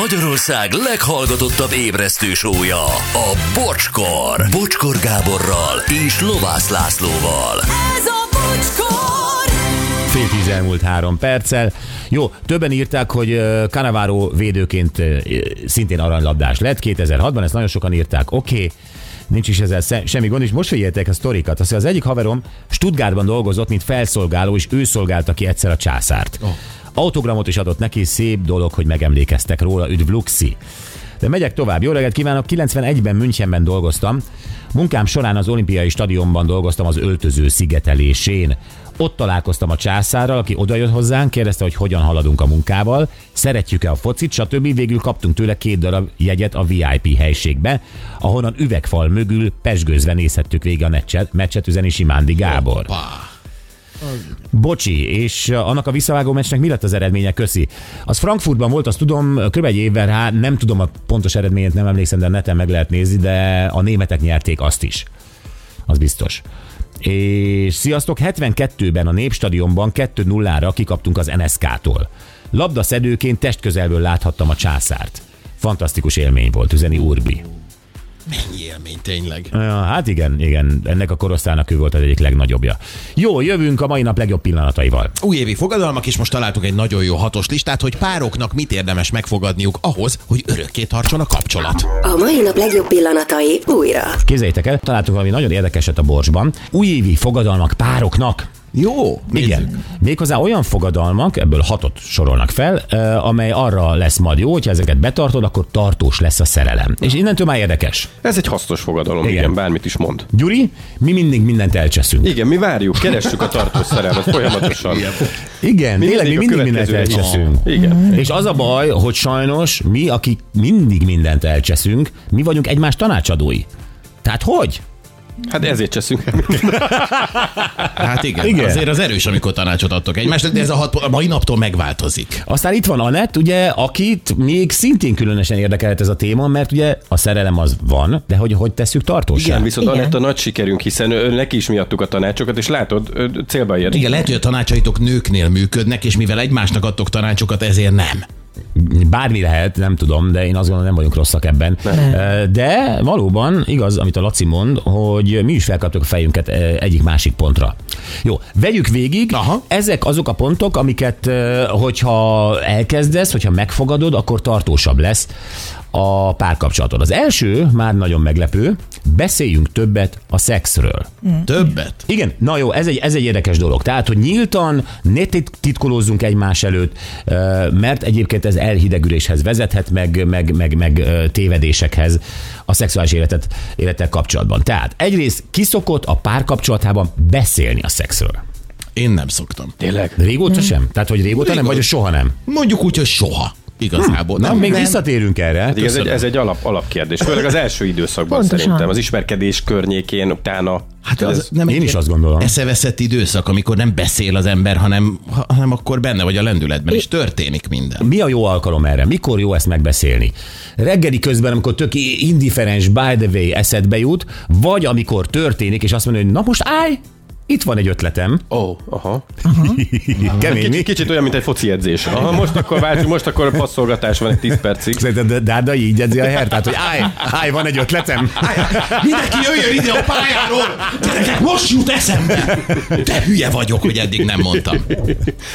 Magyarország leghallgatottabb ébresztő sója, a Bocskor. Bocskor Gáborral és Lovász Lászlóval. Ez a bocskor! Fél tíz elmúlt három perccel. Jó, többen írták, hogy Kanaváró védőként ö, szintén aranylabdás lett 2006-ban, ezt nagyon sokan írták. Oké, okay. nincs is ezzel se- semmi gond, és most figyeljetek a sztorikat. Azt, hogy az egyik haverom Stuttgartban dolgozott, mint felszolgáló, és ő szolgálta ki egyszer a császárt. Oh. Autogramot is adott neki, szép dolog, hogy megemlékeztek róla, üdv Luxi. De megyek tovább. Jó reggelt kívánok! 91-ben Münchenben dolgoztam. Munkám során az olimpiai stadionban dolgoztam az öltöző szigetelésén. Ott találkoztam a császárral, aki odajött hozzánk, kérdezte, hogy hogyan haladunk a munkával, szeretjük-e a focit, stb. Végül kaptunk tőle két darab jegyet a VIP helységbe, ahonnan üvegfal mögül pesgőzve nézhettük végig a meccset, meccset üzeni Simándi Gábor. Bocsi, és annak a visszavágó meccsnek mi lett az eredménye? Köszi. Az Frankfurtban volt, azt tudom, kb. egy évvel rá, nem tudom a pontos eredményét, nem emlékszem, de neten meg lehet nézni, de a németek nyerték azt is. Az biztos. És sziasztok, 72-ben a Népstadionban 2-0-ra kikaptunk az NSK-tól. Labdaszedőként testközelből láthattam a császárt. Fantasztikus élmény volt, üzeni Urbi. Mennyi élmény tényleg. Ja, Hát igen, igen, ennek a korosztálynak ő volt az egyik legnagyobbja. Jó, jövünk a mai nap legjobb pillanataival. Újévi fogadalmak, és most találtuk egy nagyon jó hatos listát, hogy pároknak mit érdemes megfogadniuk ahhoz, hogy örökké tartson a kapcsolat. A mai nap legjobb pillanatai újra. Képzeljétek el, találtuk valami nagyon érdekeset a borsban. Újévi fogadalmak pároknak. Jó, Igen. Méghozzá olyan fogadalmak, ebből hatot sorolnak fel, eh, amely arra lesz majd jó, hogyha ezeket betartod, akkor tartós lesz a szerelem. És innentől már érdekes. Ez egy hasznos fogadalom, Igen. igen, igen bármit is mond. Gyuri, mi mindig mindent elcseszünk. Igen, mi várjuk, keressük a tartós szerelmet folyamatosan. Igen, Mi tényleg mi mindig mindig a mindent következő lesz. elcseszünk. Mm. Igen. És az a baj, hogy sajnos mi, akik mindig mindent elcseszünk, mi vagyunk egymás tanácsadói. Tehát hogy? Hát ezért cseszünk. Hát igen, Igen. igen. Azért az erős, amikor tanácsot adtok egymásnak, de ez a, hat, a mai naptól megváltozik. Aztán itt van Anett, ugye, akit még szintén különösen érdekelt ez a téma, mert ugye a szerelem az van, de hogy hogy tesszük Igen, tartósan. viszont Anett a nagy sikerünk, hiszen ő, neki is miattuk a tanácsokat, és látod, ő célba ért. Igen, lehet, hogy a tanácsaitok nőknél működnek, és mivel egymásnak adtok tanácsokat, ezért nem. Bármi lehet, nem tudom, de én azt gondolom, nem vagyunk rosszak ebben. Nem. De valóban igaz, amit a Laci mond, hogy mi is felkaptuk a fejünket egyik-másik pontra. Jó, vegyük végig. Aha. Ezek azok a pontok, amiket, ö, hogyha elkezdesz, hogyha megfogadod, akkor tartósabb lesz a párkapcsolatod. Az első már nagyon meglepő, beszéljünk többet a szexről. Többet. Igen, na jó, ez egy, ez egy érdekes dolog. Tehát, hogy nyíltan ne tit- titkolózzunk egymás előtt, ö, mert egyébként ez elhidegüléshez vezethet, meg, meg, meg, meg ö, tévedésekhez a szexuális életet, élettel kapcsolatban. Tehát egyrészt kiszokott a párkapcsolatában beszélni a szexről. Én nem szoktam. Tényleg. Régóta sem? Tehát, hogy régóta nem, Régóta. vagy soha nem? Mondjuk úgy, hogy soha. Igazából. Na, nem, még nem. visszatérünk erre. Ez egy, ez egy alap, alapkérdés, főleg az első időszakban Pontosan. szerintem, az ismerkedés környékén, utána. Hát az nem Én egy is azt gondolom. eszeveszett időszak, amikor nem beszél az ember, hanem, ha- hanem akkor benne vagy a lendületben, és történik minden. Mi a jó alkalom erre? Mikor jó ezt megbeszélni? Reggeli közben, amikor tök indiferens, by the way eszedbe jut, vagy amikor történik, és azt mondja, hogy na most állj, itt van egy ötletem. Ó, oh, aha. Kemény, mi? Kicsit, kicsit olyan, mint egy foci edzés. Aha, most akkor váltsunk, most akkor passzolgatás van egy 10 percig. Szerinted Dárda így edzi a hertát, hogy állj, állj, van egy ötletem. Mindenki jöjjön ide a pályáról! Gyerekek, most jut eszembe! Te hülye vagyok, hogy eddig nem mondtam.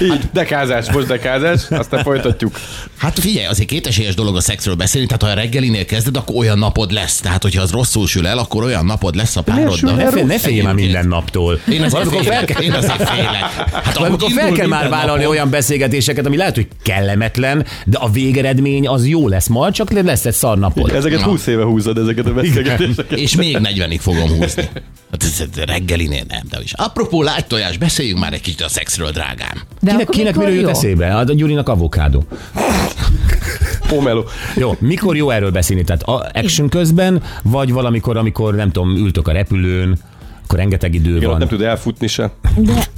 Így, dekázás, most dekázás, aztán folytatjuk. Hát figyelj, azért kétesélyes dolog a szexről beszélni, tehát ha a reggelinél kezded, akkor olyan napod lesz. Tehát, hogyha az rosszul sül el, akkor olyan napod lesz a pároddal. Ne, fél, ne félj már Egyébként. minden naptól. Én azért, Valamikor fel félek, kell, én azért félek. Hát valamikor ahogy fel indul kell már minden vállalni napom- olyan beszélgetéseket, ami lehet, hogy kellemetlen, de a végeredmény az jó lesz majd, csak lesz egy szar napod. Ezeket 20 éve húzod, ezeket a beszélgetéseket. És még 40-ig fogom húzni. Hát ez ez reggelinél nem, de is. Apropó lágytojás, beszéljünk már egy kicsit a szexről, drágám. De Kinek, akkor kinek mikor miről jut jó? eszébe? A Gyurinak avokádó. Pomelo. Jó, mikor jó erről beszélni? Tehát a action közben, vagy valamikor, amikor nem tudom, ültök a repülőn, akkor rengeteg idő Igen, ott van, nem tud elfutni se. be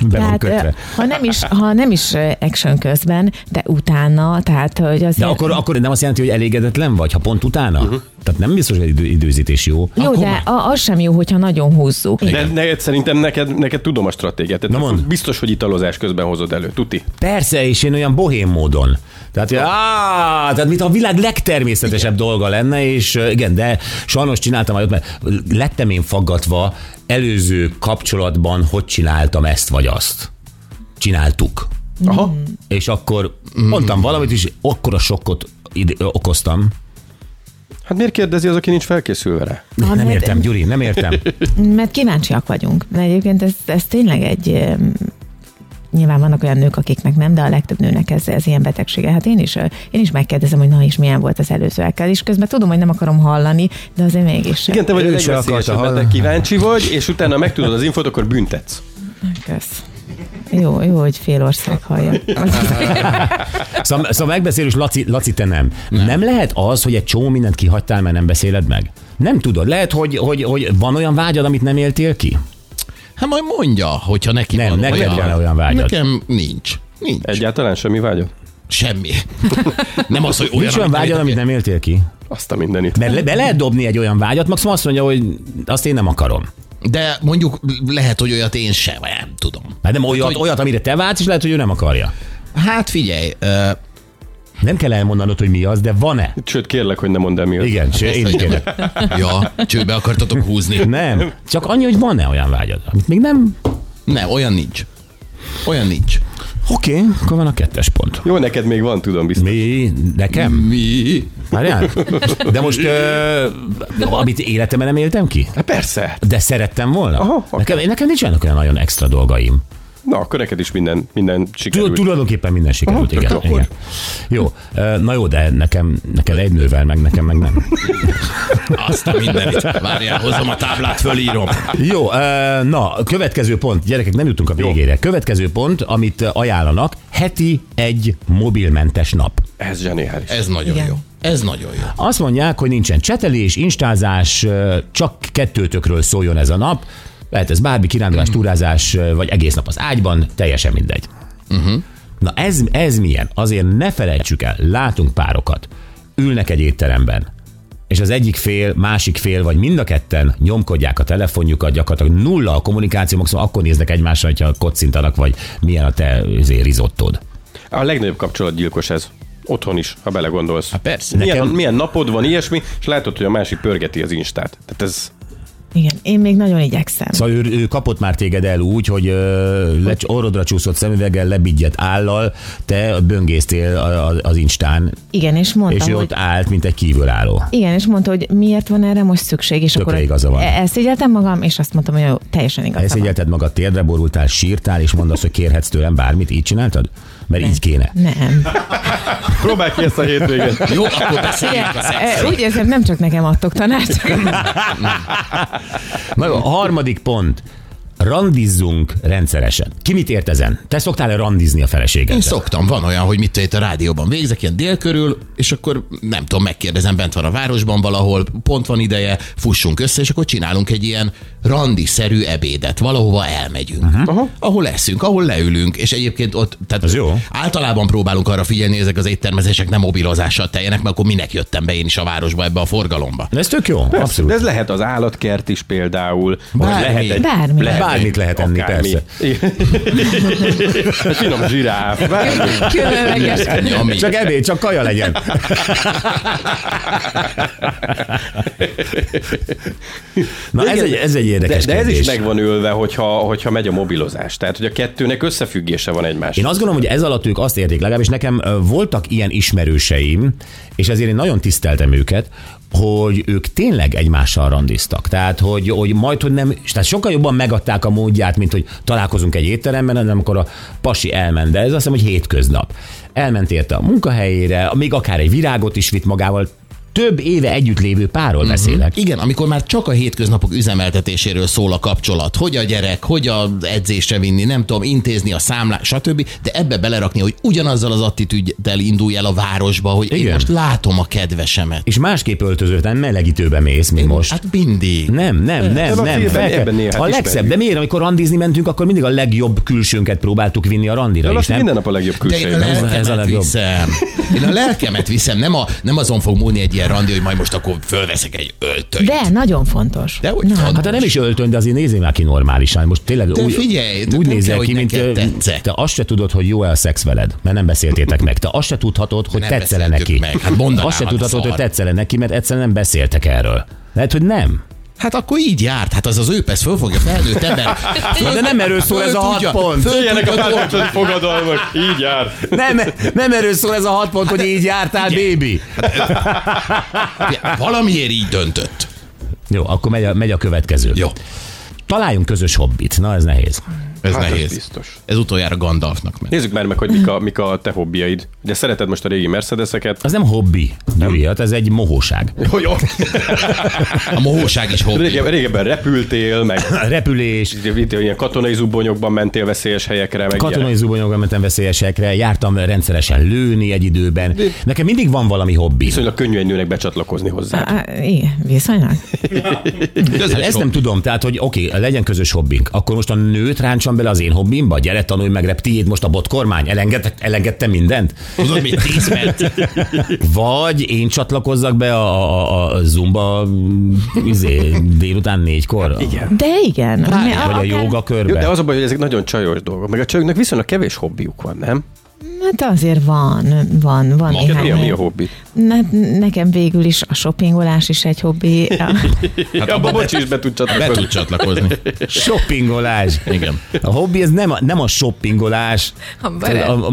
van Tehát, kötve. Hát, ö, ha nem, is, ha nem is ö, action közben, de utána, tehát hogy azért... De akkor, akkor nem azt jelenti, hogy elégedetlen vagy, ha pont utána? Uh-huh. Tehát nem biztos, hogy idő, időzítés jó. Jó, Akkor de a, az sem jó, hogyha nagyon húzzuk. De ne, szerintem neked, neked tudom a stratégiát. Tehát Na mondd. Biztos, hogy italozás közben hozod elő. Tuti. Persze, és én olyan bohém módon. Tehát, ja, á, tehát mint a világ legtermészetesebb igen. dolga lenne, és ö, igen, de sajnos csináltam olyat, mert lettem én faggatva előző kapcsolatban, hogy csináltam ezt vagy azt. Csináltuk. Aha. És akkor mondtam valamit, és akkora sokkot ide- okoztam. Hát miért kérdezi az, aki nincs felkészülve rá? Ah, Nem mert- értem, Gyuri, nem értem. Mert kíváncsiak vagyunk. De egyébként ez, ez tényleg egy... em, Nyilván vannak olyan nők, akiknek nem, de a legtöbb nőnek ez, ez ilyen betegsége. Hát én is, ö, én is megkérdezem, hogy na és milyen volt az előzőekkel, és közben tudom, hogy nem akarom hallani, de azért mégis. Igen, te vagy Ő a se akarta legveszélyesebben, de hallani. kíváncsi vagy, és utána megtudod az infót, akkor büntetsz. Kösz. Jó, jó, hogy fél ország hallja. Szóval, szóval megbeszélős, Laci, Laci, te nem. nem. Nem lehet az, hogy egy csomó mindent kihagytál, mert nem beszéled meg? Nem tudod. Lehet, hogy, hogy, hogy van olyan vágyad, amit nem éltél ki? Hát majd mondja, hogyha neki Nem, van neked olyan. van-e olyan vágyad? Nekem nincs. Nincs. Egy... Egyáltalán semmi vágyad? Semmi. nem az, hogy olyan, Nincs olyan vágyad, amit nem éltél ki? Azt a mindenit. Mert le, be lehet dobni egy olyan vágyat, maximum azt mondja, hogy azt én nem akarom. De mondjuk lehet, hogy olyat én sem, vagy nem tudom. Hát nem olyat, hogy- olyat, amire te vágysz, és lehet, hogy ő nem akarja. Hát figyelj, ö, Nem kell elmondanod, hogy mi az, de van-e? Hát Sőt, kérlek, hogy ne mondd el mi az. Igen, s- én is kérlek. ja, csőbe akartatok húzni. Nem, csak annyi, hogy van-e olyan vágyad, amit még nem... Nem, olyan nincs. Olyan nincs. Oké, okay. akkor van a kettes pont. Jó, neked még van, tudom biztos. Mi? Nekem? Mi? Várjál? De most, ö, amit életemben nem éltem ki? Hát persze. De szerettem volna? Aha, oké. nekem, nekem nincsenek olyan nagyon extra dolgaim. Na, akkor neked is minden, minden Tud, sikerült. tulajdonképpen minden sikerült, Aha, igen, akkor- igen. Jó, ö, na jó, de nekem, neked egy nővel, meg nekem meg nem. Azt a mindenit. Várjál, hozom a táblát, fölírom. Jó, ö, na, következő pont, gyerekek, nem jutunk a végére. Következő pont, amit ajánlanak, heti egy mobilmentes nap. Ez zseniális. Ez nagyon Igen. jó. Ez nagyon jó. Azt mondják, hogy nincsen csetelés, instázás, ö, csak kettőtökről szóljon ez a nap. Lehet ez bármi kirándulás, túrázás, ö, vagy egész nap az ágyban, teljesen mindegy. Uh-huh. Na ez, ez milyen? Azért ne felejtsük el, látunk párokat, ülnek egy étteremben, és az egyik fél, másik fél, vagy mind a ketten nyomkodják a telefonjukat, gyakorlatilag nulla a kommunikáció, maximum akkor néznek egymásra, hogyha kocintanak, vagy milyen a te izé, rizottod. A legnagyobb kapcsolatgyilkos ez. Otthon is, ha belegondolsz. Hát persze. Milyen, Nekem- milyen napod van, ilyesmi, és látod, hogy a másik pörgeti az Instát. Tehát ez Igen, én még nagyon igyekszem. Szóval ő, ő kapott már téged el úgy, hogy ö, le, orrodra csúszott szemüveggel, lebigyett állal, te böngésztél a- a- az Instán, Hát Igen, és mondtam, és ő hogy... ott állt, mint egy kívülálló. Igen, és mondta, hogy miért van erre most szükség, és Tökre akkor igaza van. elszégyeltem magam, és azt mondtam, hogy jó, teljesen igaza van. Elszégyelted magad, térdre borultál, sírtál, és mondasz, hogy kérhetsz tőlem bármit, így csináltad? Mert így kéne. Nem. próbálj ki ezt a hétvégén. Jó, akkor beszéljünk a E, szexről. Úgy érzem, nem csak nekem adtok tanácsokat. Na jó, a harmadik pont. Randizzunk rendszeresen. Ki mit ért ezen? Te szoktál-e randizni a Én feleségeddel? szoktam, van olyan, hogy mit itt a rádióban végzek, ilyen dél körül, és akkor nem tudom, megkérdezem, bent van a városban valahol, pont van ideje, fussunk össze, és akkor csinálunk egy ilyen randiszerű ebédet, valahova elmegyünk, uh-huh. ahol leszünk, ahol leülünk, és egyébként ott, tehát Mhm. Ez jó. általában próbálunk arra figyelni, hogy ezek az éttermezések nem mobilozással teljenek, mert akkor minek jöttem be én is a városba ebbe a forgalomba. Ez tök jó, De abszolút. ez lehet az állatkert is például. Bármi. vagy Lehet egy, Bármi. lehet Bármit lehet enni, persze. Egy finom zsiráf. Bármi. Különleges. Ami, Csak ebéd, csak kaja legyen. Na ez Igen. egy, ez egy érdekes de, de ez is kérdés. meg van ülve, hogyha, hogyha megy a mobilozás. Tehát, hogy a kettőnek összefüggése van Én egymással. azt gondolom, hogy ez alatt ők azt érték, legalábbis nekem ö, voltak ilyen ismerőseim, és ezért én nagyon tiszteltem őket, hogy ők tényleg egymással randiztak. Tehát, hogy, hogy majd, hogy nem, és tehát sokkal jobban megadták a módját, mint hogy találkozunk egy étteremben, hanem amikor a pasi elment, de ez azt hiszem, hogy hétköznap. Elment érte a munkahelyére, még akár egy virágot is vitt magával, több éve együtt lévő párról beszélek. Hát Igen, amikor már csak a hétköznapok üzemeltetéséről szól a kapcsolat, hogy a gyerek, hogy a edzésre vinni, nem tudom, intézni a számlát, stb. De ebbe belerakni, hogy ugyanazzal az attitűddel indulj el a városba, hogy Igen. én Igen. most látom a kedvesemet. És másképp öltözött, nem melegítőbe mész, mint most. Hát mindig. Nem, nem, nem, Ebben a nem. filmben- fel kell- ebben néha, hát a legszebb, ismerjük. de miért, amikor randizni mentünk, akkor mindig a legjobb külsőnket próbáltuk vinni a randira De is, Laci nem? minden nap a legjobb De én a külsejében. Ez a lelkemet legjobb. viszem. Én a lelkemet viszem, nem, a, nem azon fog múlni egy ilyen randi, hogy majd most akkor fölveszek egy öltönyt. De nagyon fontos. De hogy Na, fontos. Hát de nem is öltön, de azért nézzél már ki normálisan. Most tényleg Te úgy, figyelj, te úgy nem nézel kell, ki, hogy mint neked ö, tetszett. te azt se tudod, hogy jó-e a szex veled, mert nem beszéltétek meg. Te azt se tudhatod, hogy Nem tetszene beszéltük neki. meg. Hát mondanám, azt se hát tudhatod, szar. hogy tetszene neki, mert egyszerűen nem beszéltek erről. Lehet, hogy nem. Hát akkor így járt, hát az az őpesz föl fogja felnőtt ember. Föl, de nem erről szól ez a hat pont. Föl Ilyenek a tudja, párkapcsolat fogadalmak, így jár. Nem, nem erről szól ez a hat pont, hogy így Hát, jártál, bébi. valamiért így döntött. Jó, akkor megy a, megy a következő. Jó, Találjunk közös hobbit. Na, ez nehéz. ez Hát ez nehéz. biztos. Ez utoljára Gandalfnak ment. Nézzük már meg, hogy mik a, mik a te hobbiaid. Ugye szereted most a régi Mercedeseket. Az nem hobbi, Gyuri, hát ez egy mohóság. Jó, jó. A mohóság is hobbi. Régebben, régebben repültél, meg Repülés, itt ilyen katonai zubbonyokban mentél veszélyes helyekre, meg katonai zubonyokra mentem veszélyesekre, jártam rendszeresen lőni egy időben. Nekem mindig van valami hobbi. Viszonylag könnyű egy nőnek becsatlakozni hozzá. Á, á, igen, viszonylag. Ez Hát Ezt nem tudom, tehát, hogy oké, legyen közös hobbink. Akkor most a nőt ráncsam bele az én hobbimba? Gyere, tanulj meg, rep, tiéd most a botkormány? Elenged, elengedtem mindent? Tudod, mit tíz perc? Vagy én csatlakozzak be a, a, a zumba mm, izé, délután négykor? Igen. De igen. Mert Vagy a akár- joga Jó, körbe? de az a baj, hogy ezek nagyon csajos dolgok. Meg a csajoknak viszonylag kevés hobbiuk van, nem? Hát azért van, van, van. Neked mi a, néhány. mi a hobbi? Ne, hát nekem végül is a shoppingolás is egy hobbi. A- Hát abba bocs is be tud Be csatlakozni. tud csatlakozni. Shoppingolás. Igen. A hobbi ez nem a, nem a shoppingolás, A a, barát. a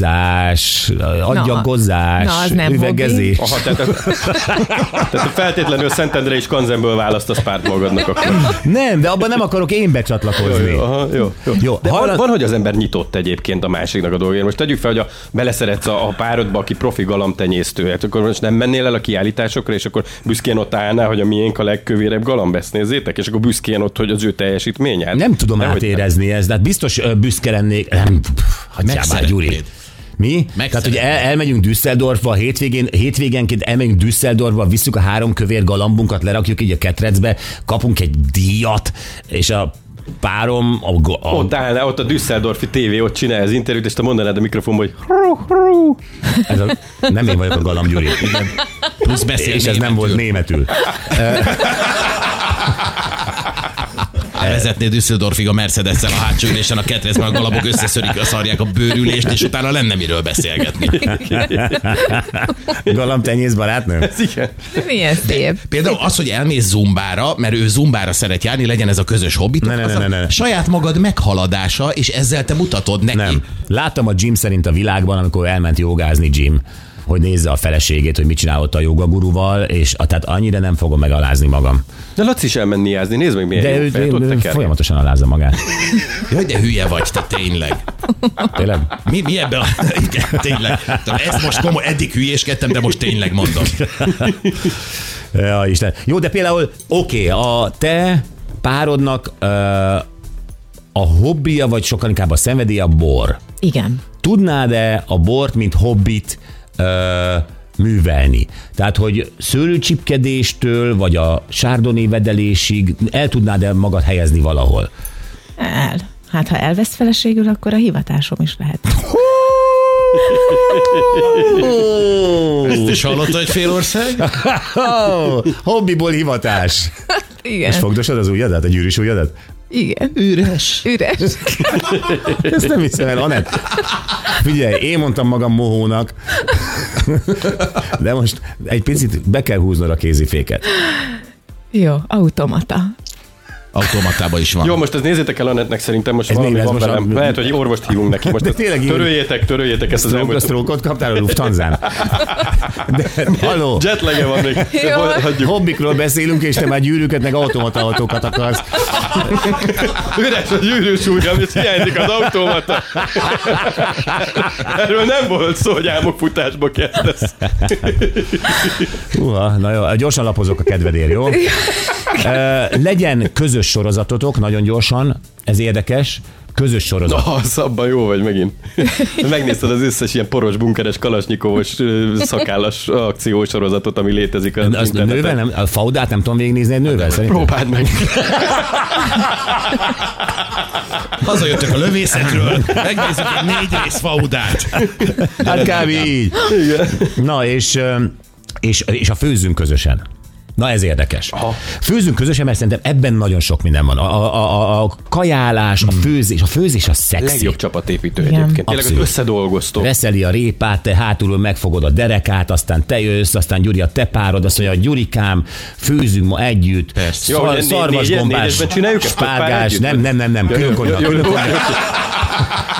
makramizás, a agyagozás, na, az nem üvegezés. Aha, tehát, tehát feltétlenül Szentendre és Kanzenből választasz párt magadnak akkor. Nem, de abban nem akarok én becsatlakozni. Jó, aha, jó, jó. Jó, De hajlan- van, van, hogy az ember nyitott egyébként a másiknak a dolgért. Most tegyük fel, hogy a, beleszeretsz a, a párodba, aki profi galamtenyésztő, hát akkor most nem mennél el a kiállításokra, és akkor büszkén ott állnál, hogy a miénk a legkövérebb galamb, nézzétek, és akkor büszkén ott, hogy az ő teljesítmény. Hát, Nem tudom Dehogy átérezni ezt, de hát biztos ö, büszke lennék. Nem, pff, hagyjál már, Megszeretnéd. Gyuri. Mi? Tehát, hogy el, elmegyünk Düsseldorfba, hétvégén, hétvégenként elmegyünk Düsseldorfba, visszük a három kövér galambunkat, lerakjuk így a ketrecbe, kapunk egy díjat, és a párom a, go- a, Ott állnál, ott a Düsseldorfi tévé, ott csinálja az interjút, és te mondanád a mikrofonba, hogy ez a nem én vagyok a galamb, Gyuri. Plusz beszél És ez nem németül. volt németül. Vezetné Düsseldorfig a mercedes a hátsó ülésen, a ketrezben a galabok összeszörik, szarják a bőrülést, és utána lenne miről beszélgetni. Galamb tenyész barátnő? ez "Hát igen. Milyen szép. Például az, hogy elmész zumbára, mert ő zumbára szeret járni, legyen ez a közös hobbit. Ne, ne, az ne, a ne, ne. Saját magad meghaladása, és ezzel te mutatod neki. Nem. Láttam a Jim szerint a világban, amikor elment jogázni Jim, hogy nézze a feleségét, hogy mit csinál ott a jogaguruval, és a, tehát annyira nem fogom megalázni magam. De Laci is elmenni jázni, nézd meg milyen De jó ő, fejet ő, ott ő teker. folyamatosan alázza magát. Jaj, de hülye vagy, te tényleg. Tényleg? Mi, mi ebben a... Igen, tényleg. Tehát ezt most komoly, eddig hülyéskedtem, de most tényleg mondom. Ja, Isten. Jó, de például, oké, a te párodnak ö, a hobbija, vagy sokan inkább a szenvedélye a bor. Igen. Tudnád-e a bort, mint hobbit ö, művelni? Tehát, hogy szőlőcsipkedéstől, vagy a sárdoné vedelésig el tudnád-e magad helyezni valahol? El. Hát ha elvesz feleségül, akkor a hivatásom is lehet. És hallottad, hogy Félország? Oh, hobbiból hivatás. Igen. És fogdosod az ujjadat, a gyűrűs ujjadat? Igen. Üres. Üres. Ezt nem hiszem el, Anett. Figyelj, én mondtam magam mohónak, de most egy picit be kell húznod a kéziféket. Jó, automata. Automatában is Jó, van. most ez nézzétek el Annettnek, szerintem most Ez valami mi, ez van most velem. a- Lehet, hogy orvost hívunk neki. Most De ezt tényleg így- töröljétek, töröljétek ezt az Stroke, elmúlt. stroke kaptál a Lufthansa-n. De, haló, Jetlege van még. Jó. Hol- Hagyjuk. hobbikról beszélünk, és te már gyűrűket, meg automata autókat akarsz. Üres a gyűrűs ujjam, és hiányzik az automata. Erről nem volt szó, hogy álmokfutásba kezdesz. Uha, na jó, gyorsan lapozok a kedvedért, jó? Ö, legyen közös sorozatotok, nagyon gyorsan, ez érdekes, közös sorozat. Na, az abban jó vagy megint. Megnézted az összes ilyen poros, bunkeres, kalasnyikovos, ö, szakállas akciósorozatot, ami létezik az Azt interneten. nővel nem, a faudát nem tudom végignézni egy Hát, nővel, szerintem. Próbáld meg. Hazajöttök a lövészetről, megnézzük egy négy rész faudát. Hát kb. így. Na és ö, és, és a főzzünk közösen. Na ez érdekes. Aha. Főzünk közösen, mert szerintem ebben nagyon sok minden van. A, a, a, a kajálás, a főzés, a főzés a szexi. Legjobb csapatépítő Igen. egyébként. Tényleg az Abszolút. összedolgoztó. Veszeli a répát, te hátulról megfogod a derekát, aztán te jössz, aztán Gyuri a te párod, azt mondja, Gyurikám, főzünk ma együtt. Persze. Jó, Szar- ugye né- négyen- Szarvasgombás, négyesben csináljuk ezt? Pár spárgás, együtt? nem, nem, nem, nem, Jó, jó, külön konyha, jó, jó, külön jó. konyha.